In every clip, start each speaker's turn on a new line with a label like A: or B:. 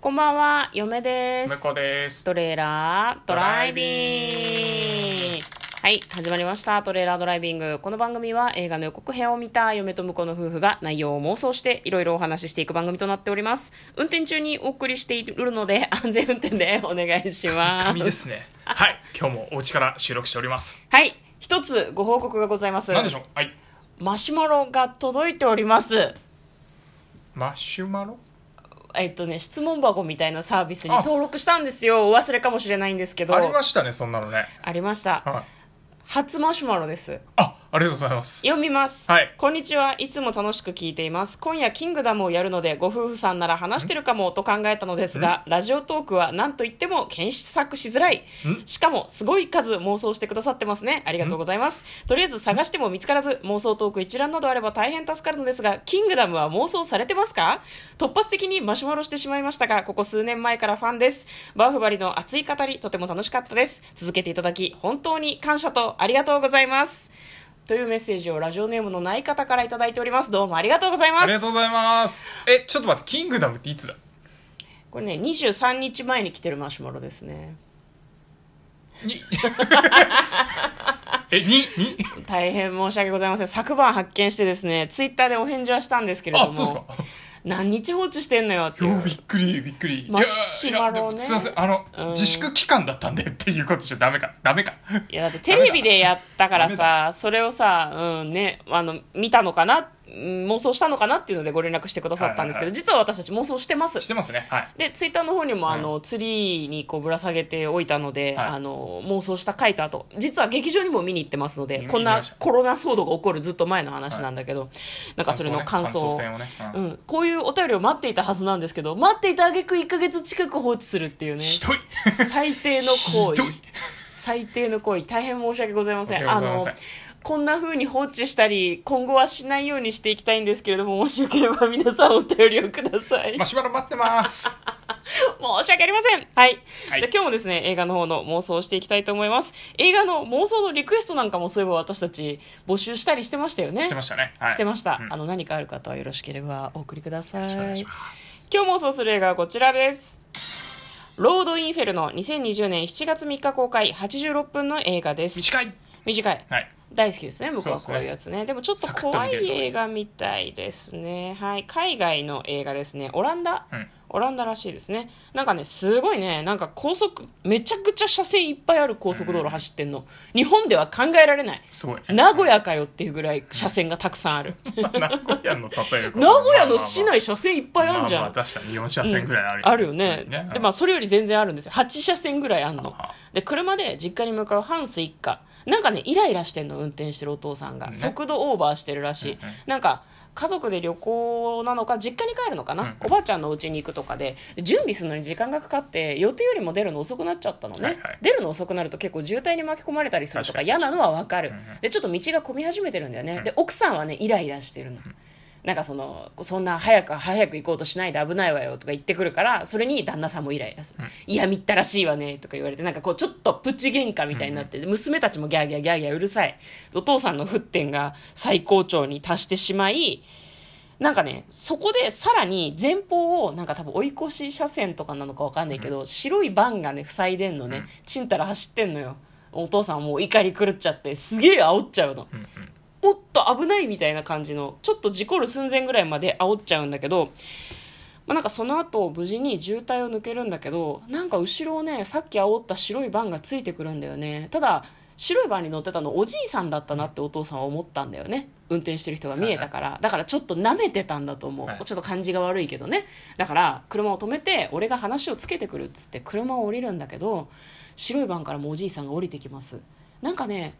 A: こんばんは、嫁です
B: 向。こうです。
A: トレーラードライビング
B: ドライビング
A: はい始まりましたトレーラードライビングこの番組は映画の予告編を見た嫁と婿の夫婦が内容を妄想していろいろお話ししていく番組となっております運転中にお送りしているので 安全運転でお願いしま
B: 神ですすね。はい、今日もお家から収録しております。
A: はい一つご報告がございます
B: なんでしょう。はい。
A: マシュマロが届いております
B: マシュマロ。
A: えっとね質問箱みたいなサービスに登録したんですよお忘れかもしれないんですけど
B: ありましたね、そんなのね。
A: ありました
B: はい。
A: 初マシュマロです
B: あ、ありがとうございます。
A: 読みます、
B: はい
A: こんにちはいつも楽しく聞いています今夜キングダムをやるのでご夫婦さんなら話してるかもと考えたのですがラジオトークは何と言っても検索しづらいしかもすごい数妄想してくださってますねありがとうございますとりあえず探しても見つからず妄想トーク一覧などあれば大変助かるのですがキングダムは妄想されてますか突発的にマシュマロしてしまいましたがここ数年前からファンですバウフバリの熱い語りとても楽しかったです続けていただき本当に感謝とありがとうございますというメッセージをラジオネームのない方からいただいておりますどうもありがとうございま
B: あ
A: す
B: りがとうございます。え、ちょっと待って、キングダムっていつだ。
A: これね23日前に来てるマシュマロですね
B: に。え、に、に。
A: 大変申し訳ございません昨晩発見してですねツイッターでお返事はしたんですけれども
B: あ、そうですか。
A: 何日放置してんのよって
B: い
A: い
B: や
A: う
B: びっくりびっくりいや
A: マシュマロね
B: いやでもすいませんあの、
A: うん
B: 自粛期間だったんでっていうことじゃダメかダメか
A: いやだってテレビでやったからさそれをさ、うんね、あの見たのかなうん妄想したのかなっていうのでご連絡してくださったんですけど、
B: はいはいはい
A: 実は私たち妄想してます
B: してますねはい
A: でツイッターの方にもあの、ツリーにこうぶら下げておいたので、
B: はい
A: あの妄想した回とあと実は劇場にも見に行ってますので
B: 見
A: こん
B: 見
A: な
B: ました
A: コロナ騒動が起こるずっと前の話なんだけど、なんかそれの感想を。
B: 戦をねうん
A: うん、こういうお便りを待っていたはずなんですけど待っていた挙句1か月近く放置するっていうね
B: ひどい
A: 最低の行
B: ひど
A: 為
B: い
A: 最低の行為大変申し訳ございません
B: 申し訳ござい
A: の
B: ません
A: こんな風に放置したり今後はしないようにしていきたいんですけれどももしよければ皆さんお便りをください
B: マシュマロ待ってます
A: 申し訳ありません。はい。
B: はい
A: じゃあ今日もですね、映画の方の妄想をしていきたいと思います。映画の妄想のリクエストなんかもそういえば私たち募集したりしてましたよ ね。
B: してましたね、はい、
A: してました
B: うん
A: あの、何かある方はよろしければお送りください。
B: よろしくお願いし
A: 今
B: ます
A: 日妄想する映画はこちらです。ロードインフェルの2020年7月3日公開86分の映画です。
B: 短い
A: 短い。
B: はい
A: 大好きですね僕はこ
B: そううですね
A: いうやつねでもちょっと
B: サクッと
A: 怖
B: 見
A: い
B: れるのがいい
A: 映画みたいですねはい海外の映画ですねオランダ、
B: うん
A: オランダらしいですねなんかねすごいねなんか高速めちゃくちゃ車線いっぱいある高速道路走ってんの、日本では考えられない
B: すごいね
A: 名古屋かよっていうぐらい車線がたくさんある
B: 名古屋の例えが
A: 名古屋の市内車線いっぱいあるじゃん、
B: まあまあ確かに4車線ぐらいある、
A: あるよね
B: 普通に
A: でまあ
B: うん
A: それより全然あるんですよ8車線ぐらいあんの
B: はは
A: で車で実家に向かうハンス一家なんかねイライラしてんの運転してるお父さんが、
B: ね
A: 速度オーバーしてるらしい、
B: うんうん
A: なんか家族で旅行なのか実家に帰るのかな、
B: うんうん
A: おばあちゃんの家に行くとかでで準備するのに時間がかかって予定よりも出るの遅くなっちゃったのね、
B: はいはい
A: 出るの遅くなると結構渋滞に巻き込まれたりすると
B: 確
A: か
B: かに
A: 嫌なのはわかる、
B: うんうん
A: でちょっと道が混み始めてるんだよね、
B: うん
A: で奥さんはねイライラしてるの、なんかそのそんな早く早く行こうとしないで危ないわよとか言ってくるからそれに旦那さんもイライラする、
B: うん
A: いやみったらしいわねとか言われてなんかこうちょっとプチ喧嘩みたいになって、で娘たちもギャーギャーギャーギャーうるさいお父さんの沸点が最高潮に達してしまいなんかねそこでさらに前方をなんか多分追い越し車線とかなのかわかんないけど、白いバンがね塞いでんのね、
B: うん
A: ちんたら走ってんのよお父さんもう怒り狂っちゃってすげえ煽っちゃうの
B: うんうん
A: おっと危ないみたいな感じのちょっと事故る寸前ぐらいまで煽っちゃうんだけど、まあ、なんかその後無事に渋滞を抜けるんだけどなんか後ろをねさっき煽った白いバンがついてくるんだよねただ白いバンに乗ってたのおじいさんだったなってお父さんは思ったんだよね運転してる人が見えたからだからちょっと舐めてたんだと思う、
B: はい
A: ちょっと感じが悪いけどねだから車を止めて俺が話をつけてくるっつって車を降りるんだけど白いバンからもおじいさんが降りてきますなんかね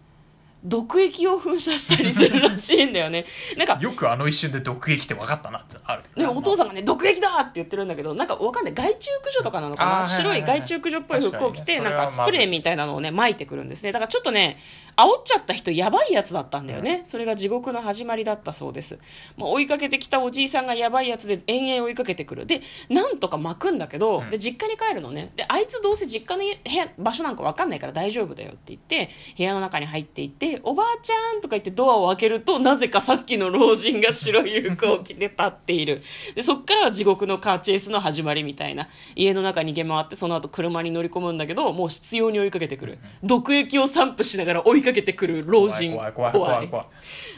A: 毒液を噴射したりするらしいんだ よねなんか
B: よくあの一瞬で毒液って分かったなってある
A: ね、お父さ
B: ん
A: んがね毒液だって言ってるんだけどなんかわかんない害虫駆除とかなのか
B: あ
A: な
B: ー
A: 白い
B: はいはいはい
A: 害虫駆除っぽい服を着て、
B: 確か
A: なん
B: に
A: か
B: ね
A: スプレーみたいなのをね撒いてくるんですねだからちょっとね煽っちゃった人やばいやつだったんだよね、それが地獄の始まりだったそうです、まあ、追いかけてきたおじいさんがやばいやつで延々追いかけてくるでなんとか巻くんだけど、
B: うん
A: で実家に帰るのねであいつどうせ実家の家部屋場所なんかわかんないから大丈夫だよって言って部屋の中に入っていって、で「おばあちゃん」とか言ってドアを開けるとなぜかさっきの老人が白い服を着て立っているでそっからは地獄のカーチェイスの始まりみたいな家の中逃げ回ってその後車に乗り込むんだけどもう執拗に追いかけてくる毒液を散布しながら追いかけてくる老人
B: 怖い怖い怖い怖い怖い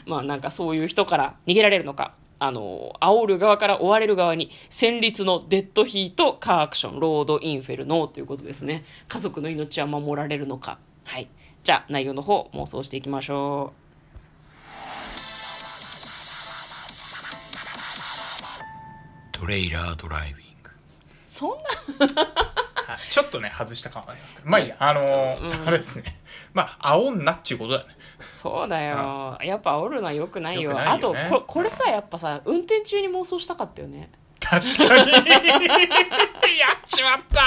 A: まあなんかそういう人から逃げられるのか、あの、煽る側から追われる側に、戦慄のデッドヒート、カーアクション、ロードインフェルノということですね。家族の命は守られるのか。はい。じゃあ内容の方妄想していきましょ
B: トレイラードライビング
A: う。そんな
B: はいちょっとね外した感はありますけどまあいいやあのーあれですねまあ煽んなっちゅうことだね
A: そうだよ。やっぱ煽るのは良くないよ。
B: 良くないよ
A: あ
B: ね
A: とこ、これさ、やっぱさ、運転中に妄想したかったよね。
B: 確か にやっちまった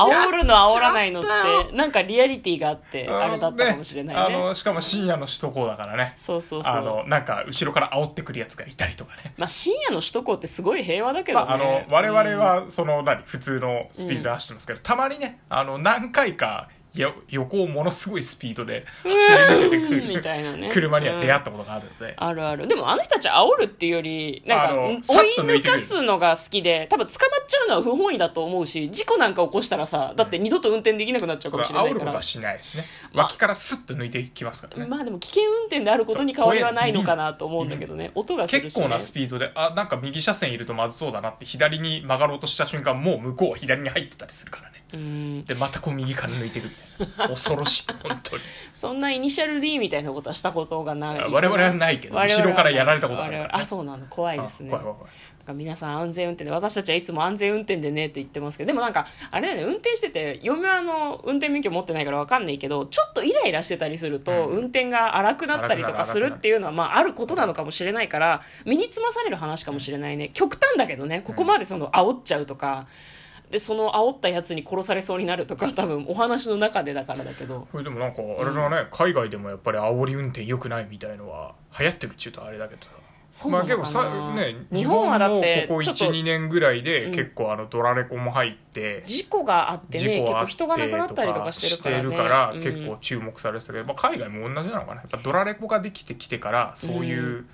A: 煽るの
B: やっちまったよ
A: 煽らないのって、なんかリアリティがあって、あれだったかもしれない
B: あ
A: ね。
B: のしかも深夜の首都高だからね
A: そうそうそう。
B: あのなんか後ろから煽ってくるやつがいたり とかね
A: まあ、深夜の首都高ってすごい平和だけど
B: ま
A: ね、
B: あ、あの我々はその何普通のスピードで走ってますけど、たまにねあの何回かよ横をものすごいスピードで走り抜けてく
A: うーん みたいな
B: る
A: ね
B: 車には出会ったことがあるので、
A: あるあるでもあの人たち煽るっていうよりなん
B: あ
A: か
B: の
A: うん
B: さ
A: 追
B: っと抜
A: い
B: い
A: 抜
B: てくる
A: かすのが好きで多分捕まっちゃうのは不本意だと思うし事故なんか起こしたらさだって二度と運転できなくなっちゃう
B: そ
A: か
B: れ
A: も
B: は
A: しれない
B: 煽
A: か
B: ること
A: ら
B: は、しないですね、
A: まあ
B: 脇からスッと抜いていきますからね、
A: まあでも危険運転であることに変わりはないのかなと思うんだけどね音がするし、
B: 結
A: ね、
B: 構なスピードであなんか右車線いるとまずそうだなって左に曲がろうとした瞬間もう向こうは左に入ってたりするからね
A: うん
B: でまたこう右から抜いてくるみたいな恐ろしい本 当に
A: そんなイニシャル D みたいなことはしたことがない
B: 我々はないけど
A: 我々は
B: 後ろからやられたことあるからね
A: 我々はあそうなの怖いですね
B: あ怖い怖い怖い
A: なんか皆さん安全運転で私たちはいつも安全運転でねって言ってますけどでもなんかあれだよね運転してて嫁はあの運転免許持ってないからわかんないけどちょっとイライラしてたりすると、
B: うん
A: 運転が荒くなったりとか
B: 荒くなる
A: するっていうのはまああることなのかもしれないから身につまされる話かもしれないね極端だけどねここまでその煽っちゃうとか。でその煽ったやつに殺されそうになるとか多分お話の中でだからだけど
B: これでもなんかあれだね、海外でもやっぱり煽り運転良くないみたいのは流行ってるっちゅうとあれだけどさ
A: そうなのかな
B: まあ結構さね
A: 日本はだって
B: 日本もここ
A: ちょっと
B: 12年ぐらいで
A: うん
B: 結構あのドラレコも入って、
A: 事故があって
B: 事
A: ね
B: 故
A: 結
B: はあ
A: 構
B: って
A: 人が亡くなったりとかしてるから,、ね、
B: してるから
A: うん
B: 結構注目されてたけど、まあ、海外も同じなのかなやっぱドラレコができてきてからそういう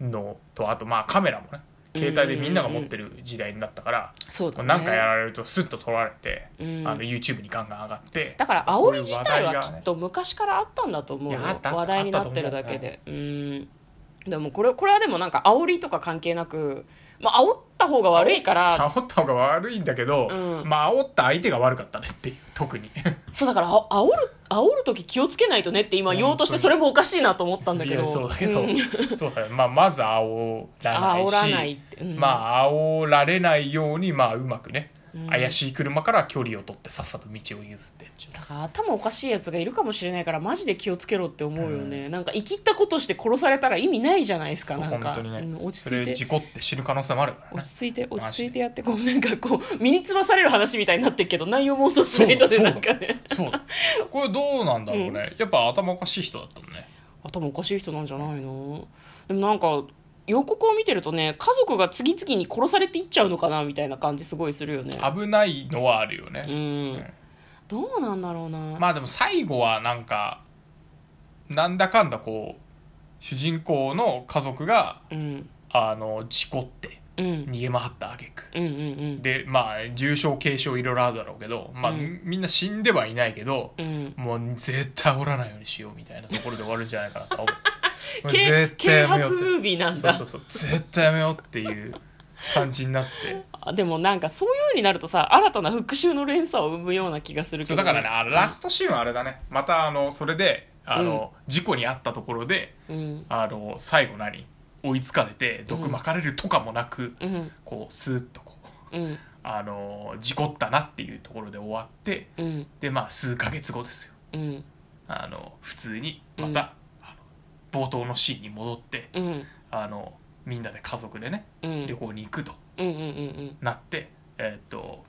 B: のと、あとまあカメラもね携帯でみんなが持ってる時代になったから、
A: そう
B: も
A: だ
B: う
A: ね
B: なんかやられるとスッと撮られて、
A: うん
B: あの YouTube にガンガン上がって
A: だから
B: こ
A: 煽
B: うい
A: り
B: う
A: 自
B: 話
A: 体
B: 題がね
A: はきっと昔からあったんだと思うよ
B: いやあったあった
A: 話題になってるだけでうんでもこれこれはでもなんか煽りとか関係なく、まあ煽った方が悪いから
B: 煽った方が悪いんだけど、
A: うん
B: まあ煽った相手が悪かったねっていう特に
A: そうだからあ煽る煽る時気をつけないとねって今言おうとして
B: 本当に
A: それもおかしいなと思ったんだ
B: い
A: け
B: や
A: ど
B: そうだけど、
A: うん
B: そうだねまあ、まず煽らない
A: 煽
B: し
A: らないって、うん
B: まあ煽られないようにまあうまくね、
A: うん
B: 怪しい車から距離を取ってさっさと道を譲ってっていう
A: だから頭おかしいやつがいるかもしれないからマジで気をつけろって思うよね、なんか生きったことして殺されたら意味ないじゃないですか
B: そう
A: なん
B: 本
A: か
B: 当にね、
A: うん落ち
B: そ
A: 着い
B: れ
A: て
B: 事故って死ぬ可能性もあるからね
A: 落ち着いて落ち着いてやってこうなんかこう身につまされる話みたいになってるけど内容妄想しないとで
B: そう
A: なんかね
B: そうだこれどうなんだろうね、やっぱ頭おかしい人だったもんね
A: 頭おかしい人なんじゃないのでもなんか予告を見てるとね家族が次々に殺されていっちゃうのかなみたいな感じすごいするよね
B: 危ないのはあるよね、
A: うんどうなんだろうな、
B: まあでも最後はなんかなんだかんだこう主人公の家族が
A: うん
B: あの事故って
A: うんうん
B: 逃げ回った挙句
A: うんうん
B: でまあ重傷軽傷いろいろあるだろうけど、まあ
A: うん
B: みんな死んではいないけど、
A: うん
B: もう絶対煽らないようにしようみたいなところで終わるんじゃないかなと思うも う
A: け
B: 絶対
A: 啓
B: やめよ
A: 発
B: う
A: ム
B: って
A: ービーなん
B: そう
A: だ
B: そうそう絶対やめようっていう感じになって
A: あでもなんかそういうようになるとさ新たな復讐の連鎖を生むような気がする
B: そ
A: け
B: う
A: ど
B: だ
A: ね、
B: からねあのラストシーンはあれだねまたあのそれであの、事故に遭ったところで
A: うん
B: あの最後何追いつかれて毒まかれるとかもなく、
A: うん
B: こうスーッとこう
A: うん
B: あの事故ったなっていうところで終わって
A: うん
B: でまあ数ヶ月後ですよ
A: うん
B: あの普通にまた、あの冒頭のシーンに戻って
A: うん
B: あのみんなで家族でね
A: うんうん
B: 旅行に行くと
A: うんうんうん
B: なって、えーっと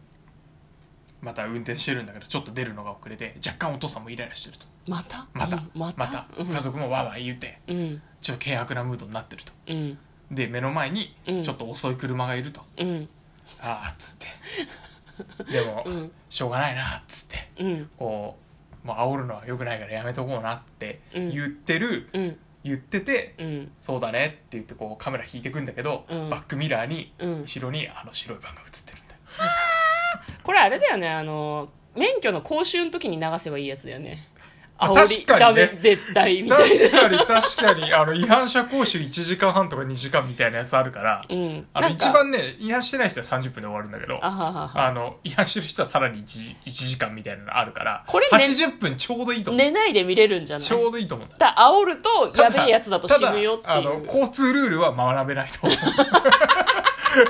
B: また運転してるんだけどちょっと出るのが遅れて若干お父さんもイライラしてると
A: また
B: また、
A: うんまたうん
B: 家族もわーわー言って
A: うん
B: ちょっと険悪なムードになってると
A: うん
B: で目の前に
A: うん
B: ちょっと遅い車がいると、
A: うん
B: ああっつってでも、
A: うん
B: しょうがないなっつって
A: うん
B: こうまあ煽るのはよくないからやめとこうなって
A: うん
B: 言ってる、
A: うん
B: 言ってて、
A: うん
B: そうだねって言ってこうカメラ引いてくんだけど、
A: うん
B: バックミラーに
A: うん
B: 後ろにあの白い版が映ってるんだよ
A: これあれだよねあの免許の講習の時に流せばいいやつだよね
B: あ
A: 煽り
B: 確か
A: ダ
B: にね
A: メ絶対みたいな
B: 確かに確かにあの違反者講習1時間半とか2時間みたいなやつあるから、
A: うん
B: あ
A: な
B: の
A: ん
B: 一
A: か
B: 番ね違反してない人は30分で終わるんだけど
A: あははは
B: あの違反してる人はさらに 1, 一時間みたいなのあるから
A: これね
B: 80分ちょうどいいと思う、
A: 寝ないで見れるんじゃない
B: ちょうどいいと思うんだ
A: だから煽るとやべえやつだと死ぬよって
B: ただあの
A: いう
B: 交通ルールは学べないと思う
A: 確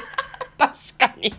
A: かに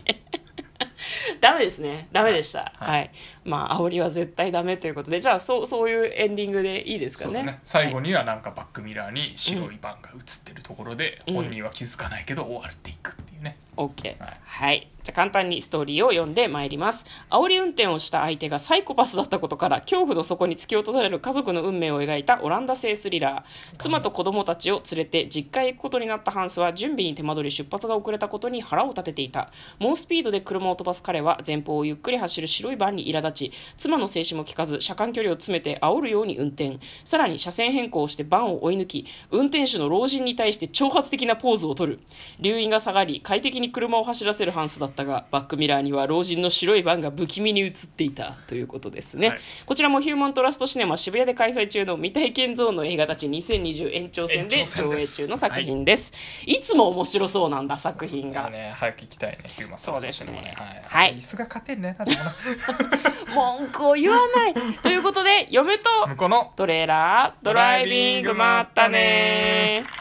A: ダメですねダメでしたは、
B: はいい
A: まあ煽りは絶対ダメということでじゃあそうそういうエンディングでいいですか
B: そう
A: ね
B: だね最後にはなんかバックミラーに白い版が映ってるところで、
A: うん
B: 本人は気づかないけど終わっていくっていうね
A: OK
B: はい
A: はいじゃあ簡単にストーリーを読んでまいります煽り運転をした相手がサイコパスだったことから恐怖の底に突き落とされる家族の運命を描いたオランダ製スリラー妻と子供たちを連れて実家へ行くことになったハンスは準備に手間取り出発が遅れたことに腹を立てていた猛スピードで車を飛ばす彼は前方をゆっくり走る白いバンに苛立ち妻の制止も聞かず車間距離を詰めて煽るように運転さらに車線変更をしてバンを追い抜き運転手の老人に対して挑発的なポーズを取る留飲が下がり快適に車を走らせるハンスだったがバックミラーには老人の白いバンが不気味に映っていたということですね、
B: はい
A: こちらもヒューマントラストシネマ渋谷で開催中の未体験ゾーンの映画たち2020延長戦で
B: 延長戦
A: 上映
B: です
A: 中の作品です、い、つも面白そうなんだ作品が、
B: ね早く行きたいねヒューマン
A: そうですね
B: ソースの
A: はい
B: 椅子が勝てんねなん でもな
A: 文句を言わないということで嫁と
B: 向こうの
A: トレーラードライビングまったねー